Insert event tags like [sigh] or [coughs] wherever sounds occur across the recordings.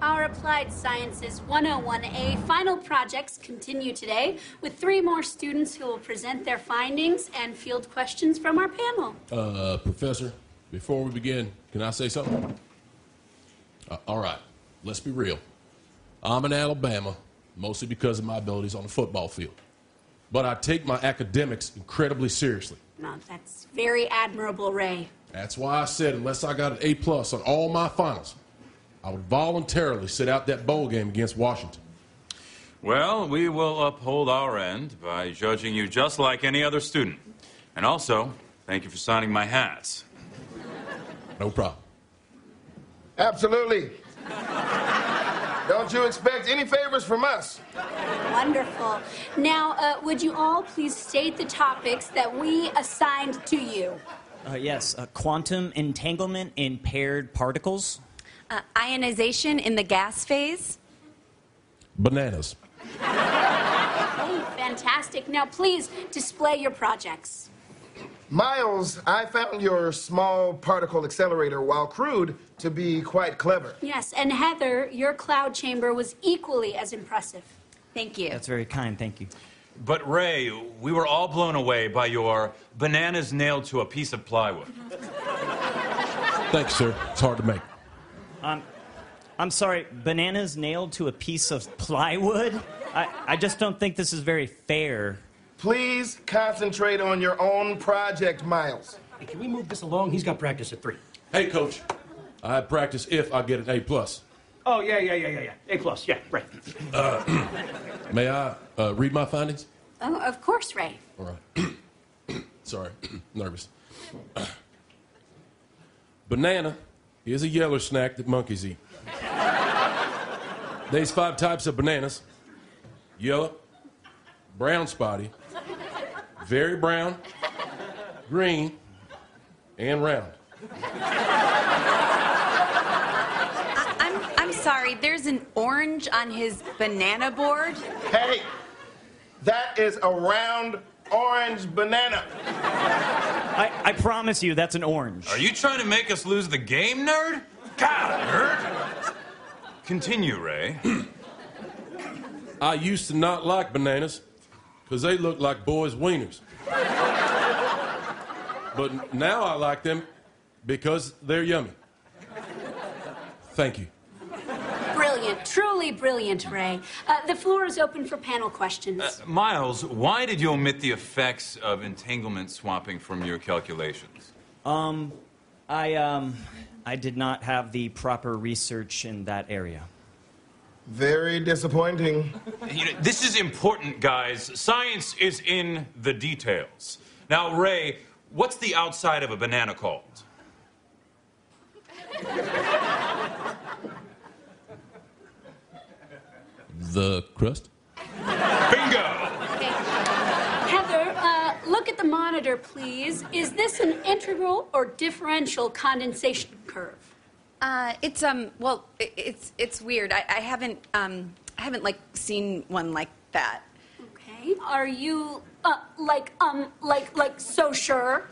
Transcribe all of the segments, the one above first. Our Applied Sciences 101A final projects continue today with three more students who will present their findings and field questions from our panel. Uh, Professor, before we begin, can I say something? Uh, all right, let's be real. I'm in Alabama mostly because of my abilities on the football field, but I take my academics incredibly seriously. Now, that's very admirable, Ray. That's why I said unless I got an A plus on all my finals, I would voluntarily sit out that bowl game against Washington. Well, we will uphold our end by judging you just like any other student. And also, thank you for signing my hats. No problem. Absolutely. Don't you expect any favors from us? Wonderful. Now, uh, would you all please state the topics that we assigned to you? Uh, yes, uh, quantum entanglement in paired particles. Uh, ionization in the gas phase. Bananas. Hey, fantastic. Now, please display your projects. Miles, I found your small particle accelerator, while crude, to be quite clever. Yes, and Heather, your cloud chamber was equally as impressive. Thank you. That's very kind, thank you. But Ray, we were all blown away by your bananas nailed to a piece of plywood. Thanks, sir. It's hard to make. I'm sorry, bananas nailed to a piece of plywood? I, I just don't think this is very fair. Please concentrate on your own project, Miles. Hey, Can we move this along? He's got practice at three. Hey, coach. I had practice if I get an A plus. Oh, yeah, yeah, yeah, yeah, yeah. A plus, yeah, right. May I uh, read my findings? Oh, of course, Ray. All right. [coughs] Sorry, nervous. [coughs] Banana is a yellow snack that monkeys eat. [laughs] There's five types of bananas yellow, brown spotty, very brown, green, and round. I'm, I'm sorry, there's an orange on his banana board. Hey, that is a round orange banana. I, I promise you, that's an orange. Are you trying to make us lose the game, nerd? God, nerd! Continue, Ray. [clears throat] I used to not like bananas because they look like boys' wieners. but now I like them because they're yummy. Thank you. Brilliant, truly brilliant, Ray. Uh, the floor is open for panel questions. Miles, why did you omit the effects of entanglement swapping from your calculations? I, um, I did not have the proper research in that area. Very disappointing. You know, this is important, guys. Science is in the details. Now, Ray, what's the outside of a banana called? The crust? Bingo! Okay. Heather, uh, look at the monitor, please. Is this an integral or differential condensation curve? Uh, it's um well i it's it's weird. I, I haven't um I haven't like seen one like that. Okay. Are you uh, like um like like so sure?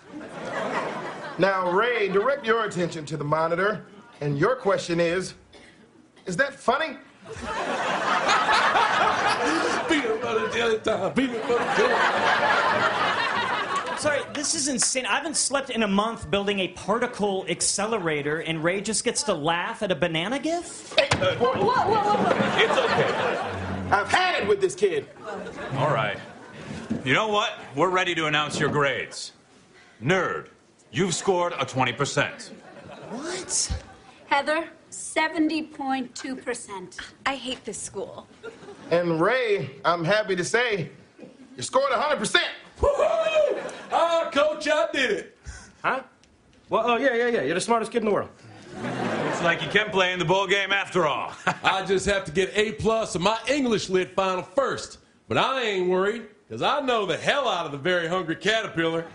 Now, Ray, direct your attention to the monitor, and your question is Is that funny? Peanut butter jelly time, peanut butter jelly. Sorry, this is insane. I haven't slept in a month building a particle accelerator, and Ray just gets to laugh at a banana gift? It's okay. I've had it with this kid. All right. You know what? We're ready to announce your grades. Nerd, you've scored a 20%. What? Heather, seventy point two percent. I hate this school. And Ray, I'm happy to say, you scored 100%. Woo-hoo! Ah, coach, I did it. Huh? Well, oh, yeah, yeah, yeah. You're the smartest kid in the world. Looks like you can play in the bowl game after all. I just have to get A plus in my English lit final first. But I ain't worried, because I know the hell out of the very hungry caterpillar.